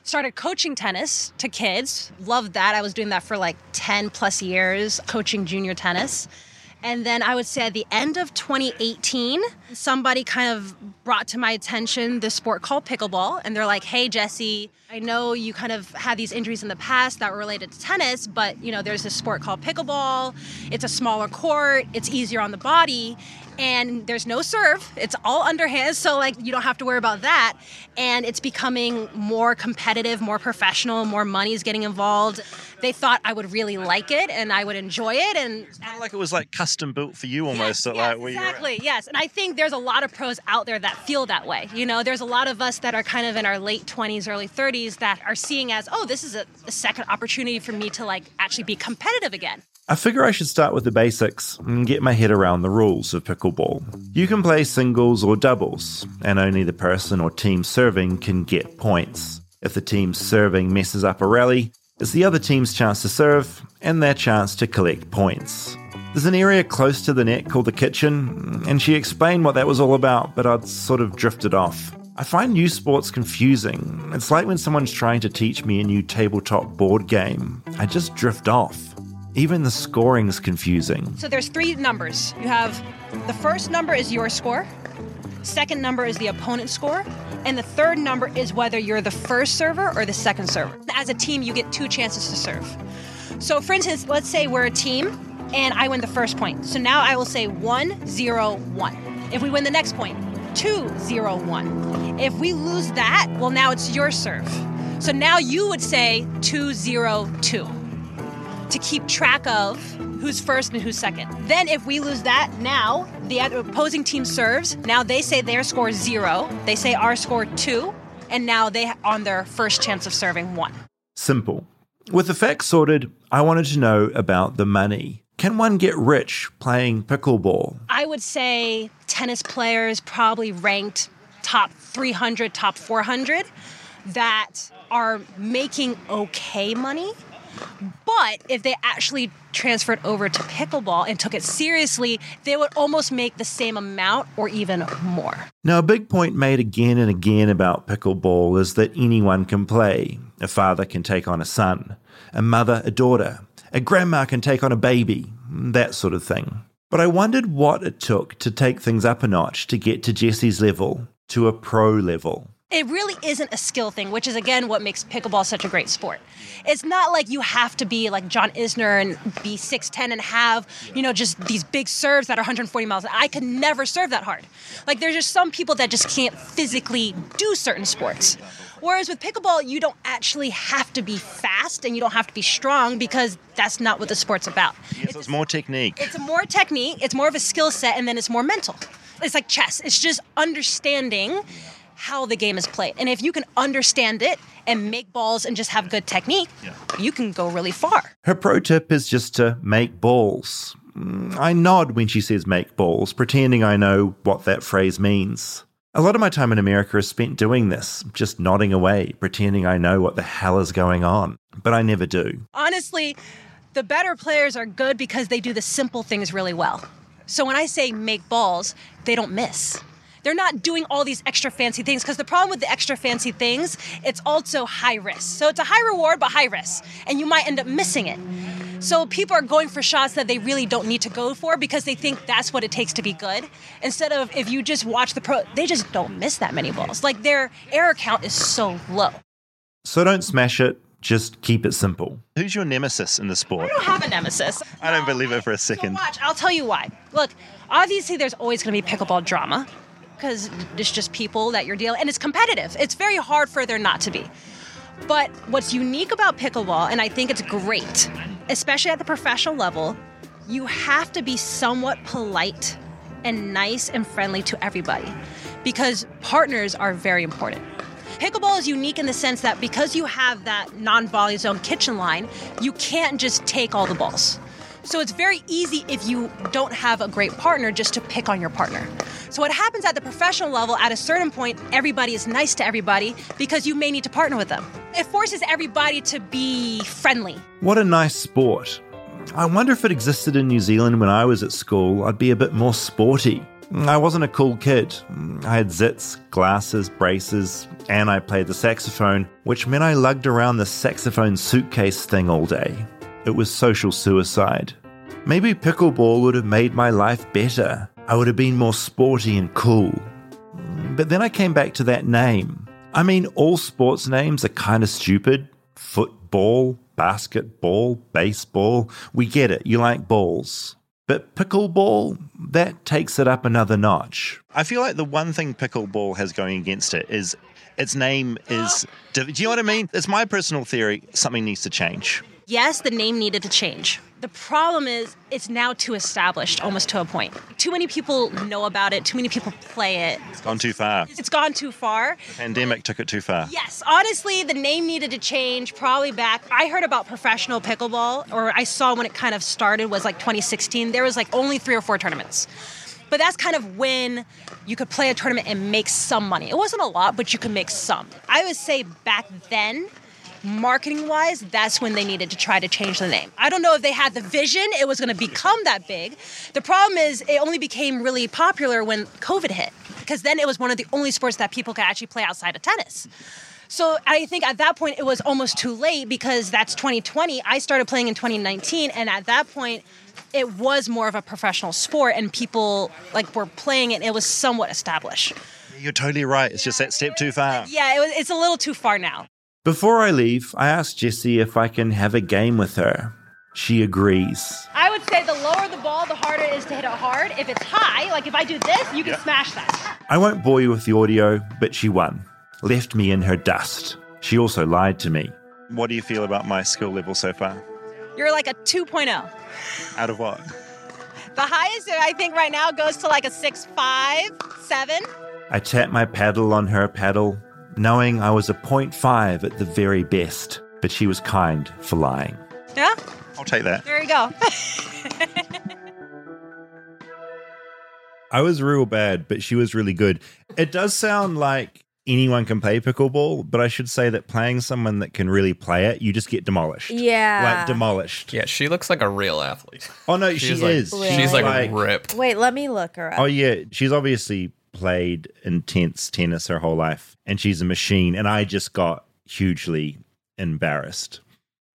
Started coaching tennis to kids. Loved that. I was doing that for like 10 plus years, coaching junior tennis. And then I would say at the end of 2018, somebody kind of brought to my attention this sport called pickleball. And they're like, hey, Jesse, I know you kind of had these injuries in the past that were related to tennis, but you know, there's this sport called pickleball. It's a smaller court, it's easier on the body, and there's no serve. It's all underhand. So, like, you don't have to worry about that. And it's becoming more competitive, more professional, more money is getting involved. They thought I would really like it and I would enjoy it. And Kind of like it was like custom built for you almost. at like where you were at. Exactly, yes. And I think there's a lot of pros out there that feel that way. You know, there's a lot of us that are kind of in our late 20s, early 30s that are seeing as, oh, this is a, a second opportunity for me to like actually be competitive again. I figure I should start with the basics and get my head around the rules of pickleball. You can play singles or doubles, and only the person or team serving can get points. If the team serving messes up a rally, it's the other team's chance to serve and their chance to collect points. There's an area close to the net called the kitchen, and she explained what that was all about, but I'd sort of drifted off. I find new sports confusing. It's like when someone's trying to teach me a new tabletop board game. I just drift off. Even the scoring's confusing. So there's three numbers. You have the first number is your score, second number is the opponent's score, and the third number is whether you're the first server or the second server. As a team, you get two chances to serve. So for instance, let's say we're a team and I win the first point. So now I will say one zero one. If we win the next point, two zero one. If we lose that, well now it's your serve. So now you would say two zero two to keep track of who's first and who's second. Then, if we lose that, now the ad- opposing team serves. Now they say their score is zero, they say our score two, and now they ha- on their first chance of serving one. Simple. With the facts sorted, I wanted to know about the money. Can one get rich playing pickleball? I would say tennis players probably ranked top 300, top 400 that are making okay money. But if they actually transferred over to pickleball and took it seriously, they would almost make the same amount or even more. Now, a big point made again and again about pickleball is that anyone can play. A father can take on a son, a mother, a daughter, a grandma can take on a baby, that sort of thing. But I wondered what it took to take things up a notch to get to Jesse's level, to a pro level. It really isn't a skill thing, which is again what makes pickleball such a great sport. It's not like you have to be like John Isner and be 6'10 and have, you know, just these big serves that are 140 miles. I could never serve that hard. Like there's just some people that just can't physically do certain sports. Whereas with pickleball, you don't actually have to be fast and you don't have to be strong because that's not what the sport's about. Yes, it's more technique. It's more technique, it's more of a skill set, and then it's more mental. It's like chess, it's just understanding how the game is played. And if you can understand it and make balls and just have good technique, you can go really far. Her pro tip is just to make balls. Mm, I nod when she says make balls, pretending I know what that phrase means. A lot of my time in America is spent doing this, just nodding away, pretending I know what the hell is going on. But I never do. Honestly, the better players are good because they do the simple things really well. So when I say make balls, they don't miss they're not doing all these extra fancy things because the problem with the extra fancy things it's also high risk so it's a high reward but high risk and you might end up missing it so people are going for shots that they really don't need to go for because they think that's what it takes to be good instead of if you just watch the pro they just don't miss that many balls like their error count is so low So don't smash it, just keep it simple. Who's your nemesis in the sport? I don't have a nemesis I don't believe it for a second. Watch, I'll tell you why. Look, obviously there's always going to be pickleball drama because it's just people that you're dealing and it's competitive. It's very hard for there not to be. But what's unique about pickleball and I think it's great, especially at the professional level, you have to be somewhat polite and nice and friendly to everybody because partners are very important. Pickleball is unique in the sense that because you have that non-volley zone kitchen line, you can't just take all the balls. So it's very easy if you don't have a great partner just to pick on your partner. So what happens at the professional level at a certain point, everybody is nice to everybody because you may need to partner with them. It forces everybody to be friendly. What a nice sport. I wonder if it existed in New Zealand when I was at school, I'd be a bit more sporty. I wasn't a cool kid. I had zits, glasses, braces, and I played the saxophone, which meant I lugged around the saxophone suitcase thing all day. It was social suicide. Maybe pickleball would have made my life better. I would have been more sporty and cool. But then I came back to that name. I mean, all sports names are kind of stupid. Football, basketball, baseball. We get it, you like balls. But pickleball, that takes it up another notch. I feel like the one thing pickleball has going against it is its name is. Do you know what I mean? It's my personal theory. Something needs to change. yes, the name needed to change. The problem is it's now too established, almost to a point. Too many people know about it, too many people play it. It's gone too far. It's gone too far. The pandemic took it too far. Yes, honestly, the name needed to change probably back. I heard about professional pickleball, or I saw when it kind of started was like 2016. There was like only three or four tournaments. But that's kind of when you could play a tournament and make some money. It wasn't a lot, but you could make some. I would say back then, marketing wise, that's when they needed to try to change the name. I don't know if they had the vision it was going to become that big. The problem is, it only became really popular when COVID hit, because then it was one of the only sports that people could actually play outside of tennis. So I think at that point it was almost too late because that's 2020. I started playing in 2019, and at that point, it was more of a professional sport, and people like were playing it. It was somewhat established. You're totally right. It's just that step too far. Yeah, it was, it's a little too far now. Before I leave, I ask Jessie if I can have a game with her. She agrees. I would say the lower the ball, the harder it is to hit it hard. If it's high, like if I do this, you can smash that. I won't bore you with the audio, but she won. Left me in her dust. She also lied to me. What do you feel about my skill level so far? You're like a 2.0. Out of what? The highest I think right now goes to like a six five seven. I tapped my paddle on her paddle, knowing I was a 0.5 at the very best, but she was kind for lying. Yeah? I'll take that. There you go. I was real bad, but she was really good. It does sound like anyone can play pickleball, but I should say that playing someone that can really play it, you just get demolished. Yeah. Like demolished. Yeah, she looks like a real athlete. Oh no, She's she like- is. Really? she's like ripped. Wait, let me look her up. Oh yeah, she's obviously played intense tennis her whole life and she's a machine and I just got hugely embarrassed.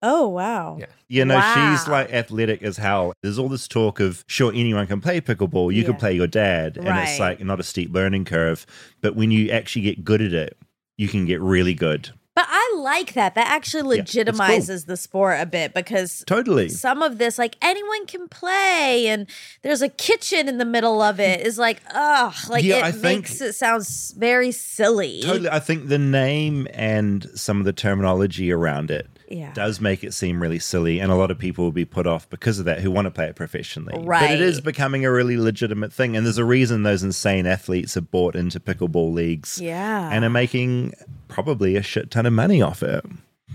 Oh wow. You know, Wow. she's like athletic as hell. There's all this talk of sure anyone can play pickleball. You can play your dad, and it's like Right. not a steep learning curve. But when you actually get good at it, you can get really good. But I like that. That actually Yeah, it's cool. legitimizes the sport a bit because Totally. some of this, like anyone can play, and there's a kitchen in the middle of it, is like, ugh, like Yeah, it I think- makes it sounds very silly. Totally, I think the name and some of the terminology around it Yeah. does make it seem really silly, and a lot of people will be put off because of that who want to play it professionally. But Right. it is becoming a really legitimate thing, and there's a reason those insane athletes have bought into pickleball leagues. Yeah. and are making probably a shit ton of money off it.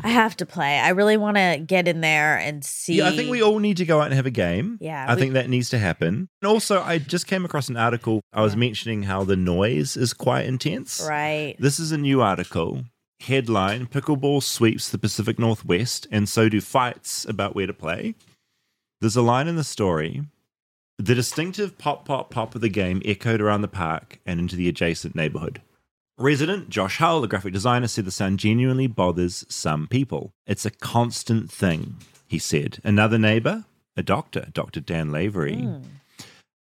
I have to play. I really want to get in there and see. Yeah, I think we all need to go out and have a game. Yeah, I we- think that needs to happen. And also, I just came across an article. I was mentioning how the noise is quite intense. Right. This is a new article. Headline Pickleball sweeps the Pacific Northwest, and so do fights about where to play. There's a line in the story the distinctive pop, pop, pop of the game echoed around the park and into the adjacent neighborhood. Resident Josh Hull, the graphic designer, said the sound genuinely bothers some people. It's a constant thing, he said. Another neighbor, a doctor, Dr. Dan Lavery,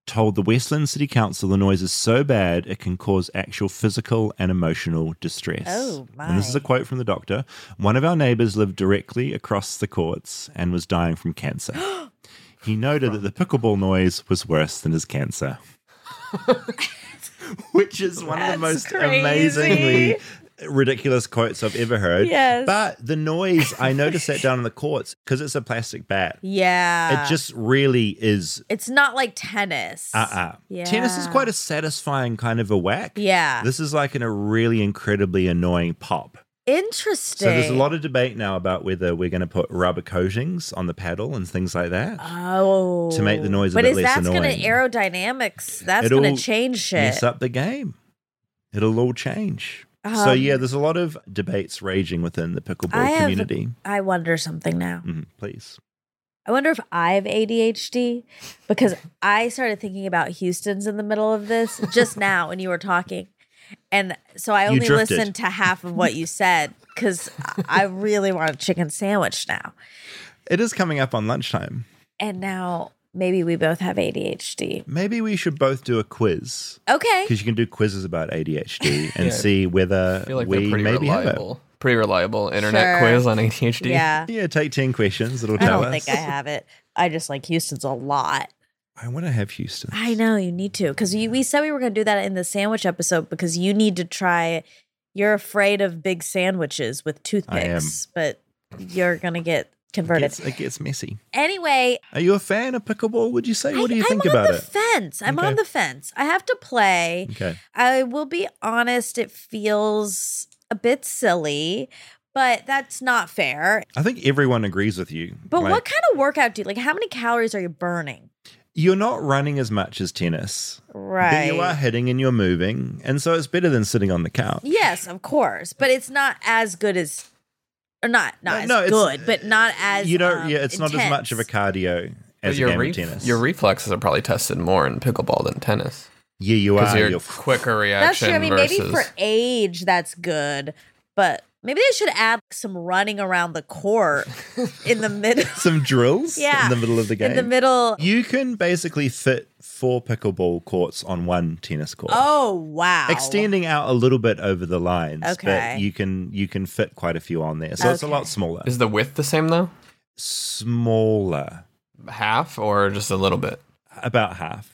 told the Westland City Council the noise is so bad it can cause actual physical and emotional distress. Oh, And this is a quote from the doctor. One of our neighbors lived directly across the courts and was dying from cancer. he noted that the pickleball noise was worse than his cancer. Which is one of the most amazingly ridiculous quotes I've ever heard. Yes. But the noise, I noticed that down in the courts because it's a plastic bat. Yeah. It just really is It's not like tennis. uh-uh. Tennis is Yeah. quite a satisfying kind of a whack. Yeah. This is like in a really incredibly annoying pop. Interesting. So there's a lot of debate now about whether we're going to put rubber coatings on the paddle and things like that. Oh. to make the noise a but bit is less that's gonna annoying. aerodynamics? That's It'll gonna change shit. Mess up the game. It'll all change. so Um, yeah, there's a lot of debates raging within the pickleball I have- community. I wonder something now. Mhm, please. I wonder if I have ADHD because I started thinking about Houston's in the middle of this just now when you were talking. And so I You only drifted. listened to half of what you said because I really want a chicken sandwich now. It is coming up on lunchtime. And now maybe we both have ADHD. Maybe we should both do a quiz. Okay. Because you can do quizzes about ADHD and Yeah. see whether I feel like we they're pretty maybe reliable. have it. Pretty reliable internet Sure. quiz on ADHD. Yeah. Yeah, take 10 questions. It'll I tell don't us. think I have it. I just like Houston's a lot. I want to have Houston. I know you need to because we said we were going to do that in the sandwich episode because you need to try. You're afraid of big sandwiches with toothpicks, but you're going to get converted. It gets, it gets messy. Anyway, Are you a fan of pickleball? Would you say? What do you I- think I'm about on the it? fence. I'm on Okay. the fence. I have to play. Okay. I will be honest, it feels a bit silly, but that's not fair. I think everyone agrees with you. But Like, what kind of workout do you like? How many calories are you burning? You're not running as much as tennis. But you Right. are hitting and you're moving, and so it's better than sitting on the couch. Yes, of course, but it's not as good as or not not as No, it's- good, but not as you don't. um, yeah, it's not as intense. much of a cardio But as a your game ref- of tennis. Your reflexes are probably tested more in pickleball than tennis. Yeah, you 'Cause are. Your You're- quicker That's reaction true. I mean, versus maybe for age that's good, but maybe they should add some running around the court in the middle. Some drills Yeah. in the middle of the game. In the middle. You can basically fit four pickleball courts on one tennis court. Oh wow! Extending out a little bit over the lines, Okay. but you can you can fit quite a few on there, so it's a Okay. lot smaller. Is the width the same though? Smaller, half or just a little bit? About half.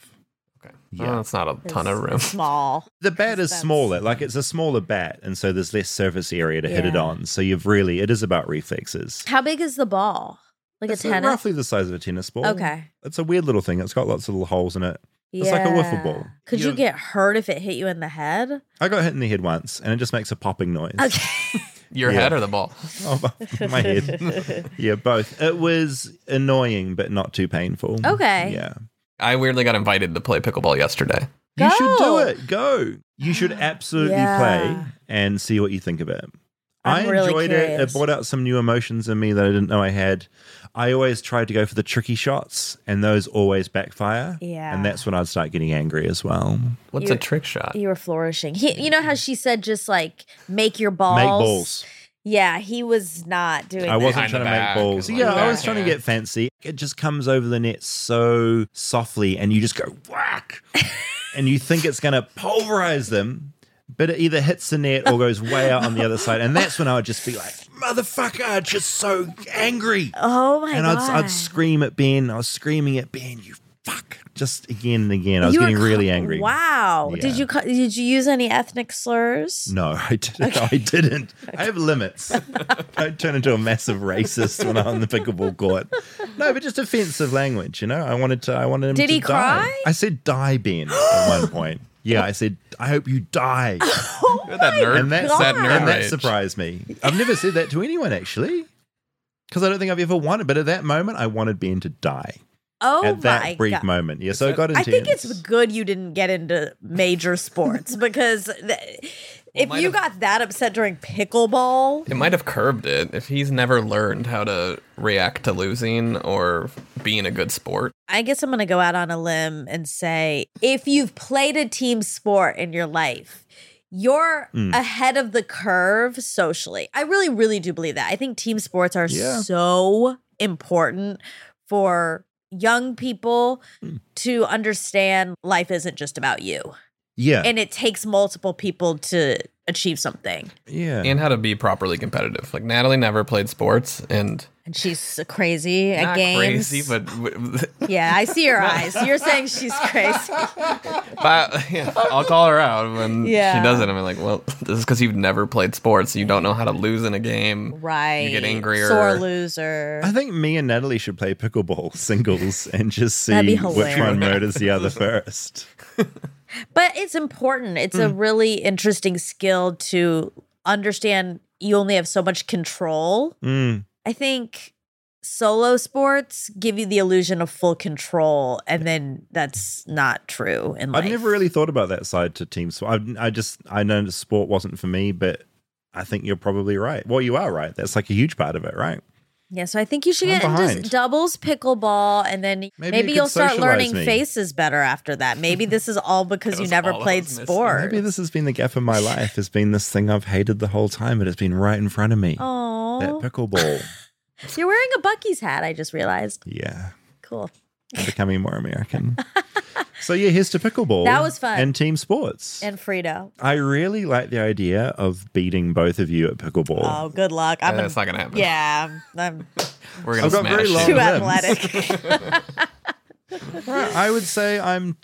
Okay, Yeah. yeah, it's not a ton of room. Small. The bat is smaller, like it's a smaller bat, and so there's less surface area to hit it Yeah. on. So you've really it is about reflexes. How big is the ball? Like It's a tennis? roughly the size of a tennis ball. Okay. It's a weird little thing. It's got lots of little holes in it. It's like a wiffle ball. Could you get hurt if it hit you in the head? I got hit in the head once, and it just makes a popping noise. Okay. Your Yeah. head or the ball? Oh, my head. yeah, both. It was annoying, but not too painful. Okay. Yeah. I weirdly got invited to play pickleball yesterday. You should do it. Go. You should absolutely Yeah. play and see what you think of it. I'm I really enjoyed it. It curious. brought out some new emotions in me that I didn't know I had. I always tried to go for the tricky shots, and those always backfire. Yeah. And that's when I'd start getting angry as well. What's a You- trick shot? You were flourishing. He, you know how she said just like make your balls. Make balls. Yeah, he was not doing. I that. wasn't trying to make balls. Yeah, I was trying to Yeah. get fancy. It just comes over the net so softly, and you just go whack, and you think it's going to pulverize them, but it either hits the net or goes way out on the other side, and that's when I would just be like, "Motherfucker, just so angry!" Oh my and god! I'd, I'd scream at Ben. I was screaming at Ben, "You fuck!" Just again and again. I was You were getting really cu- angry. Wow. Yeah. Did you cu- did you use any ethnic slurs? No, I didn't. I didn't. I have limits. Don't turn into a massive racist when I'm on the pickleball court. No, but just offensive language. You know, I wanted to. I wanted him. Did to he die. cry? I said, "Die, Ben." at one point. Yeah, I said, "I hope you die." Oh that nerd, and that, that nerd and that rage. surprised me. I've never said that to anyone actually, because I don't think I've ever wanted. But at that moment, I wanted Ben to die. Oh at that my brief God. moment, yeah. So it got I intense. think it's good you didn't get into major sports because th- if you got that upset during pickleball, It might have curbed it if he's never learned how to react to losing or being a good sport. I guess I'm going to go out on a limb and say if you've played a team sport in your life, you're Mm. ahead of the curve socially. I really, really do believe that. I think team sports are Yeah. so important for young people to understand life isn't just about you. Yeah. And it takes multiple people to achieve something. Yeah. And how to be properly competitive. Like Natalie never played sports and And she's crazy at not games. crazy, but w- Yeah, I see your eyes. You're saying she's crazy. but yeah, I'll call her out when Yeah. she does it. I'm like, well, this is because you've never played sports. You don't know how to lose in a game. Right. You get angrier. Sore loser. I think me and Natalie should play pickleball singles and just That'd be see which one hilarious. murders the other first. But it's important. It's Mm. a really interesting skill to understand you only have so much control. Mm. I think solo sports give you the illusion of full control and then that's not true in life. I've never really thought about that side to team sport. I, I just I know that sport wasn't for me, but I think you're probably right. Well, you are right. That's like a huge part of it, right? yeah, so I think you should I'm get into behind. doubles pickleball and then maybe, you could you'll start socialize learning me. faces better after that. Maybe this is all because you was never all I played was missing. sports. Maybe this has been the gap in my life. Has been this thing I've hated the whole time, but it's been right in front of me. That Oh. pickleball. You're wearing a Bucky's hat, I just realized. yeah, Cool. becoming more American. so yeah, here's to pickleball. That was fun. And team sports. And Frito. I really like the idea of beating both of you at pickleball. Oh, good luck. I'm Yeah, Uh, that's not gonna happen. Yeah, I'm, I'm We're gonna I've got very smash too you. long athletic. Right, I would say I'm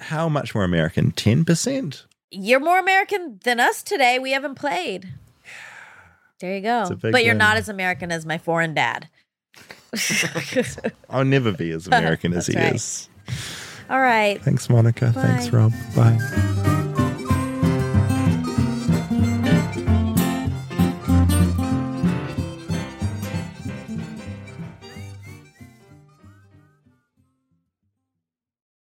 how much more American? Ten percent. you're more American than us today. We haven't played. There you go. It's a But big you're win. not as American as my foreign dad. I'll never be as American as he That's right. is. All right. Thanks, Monica. Thanks, Rob. Bye.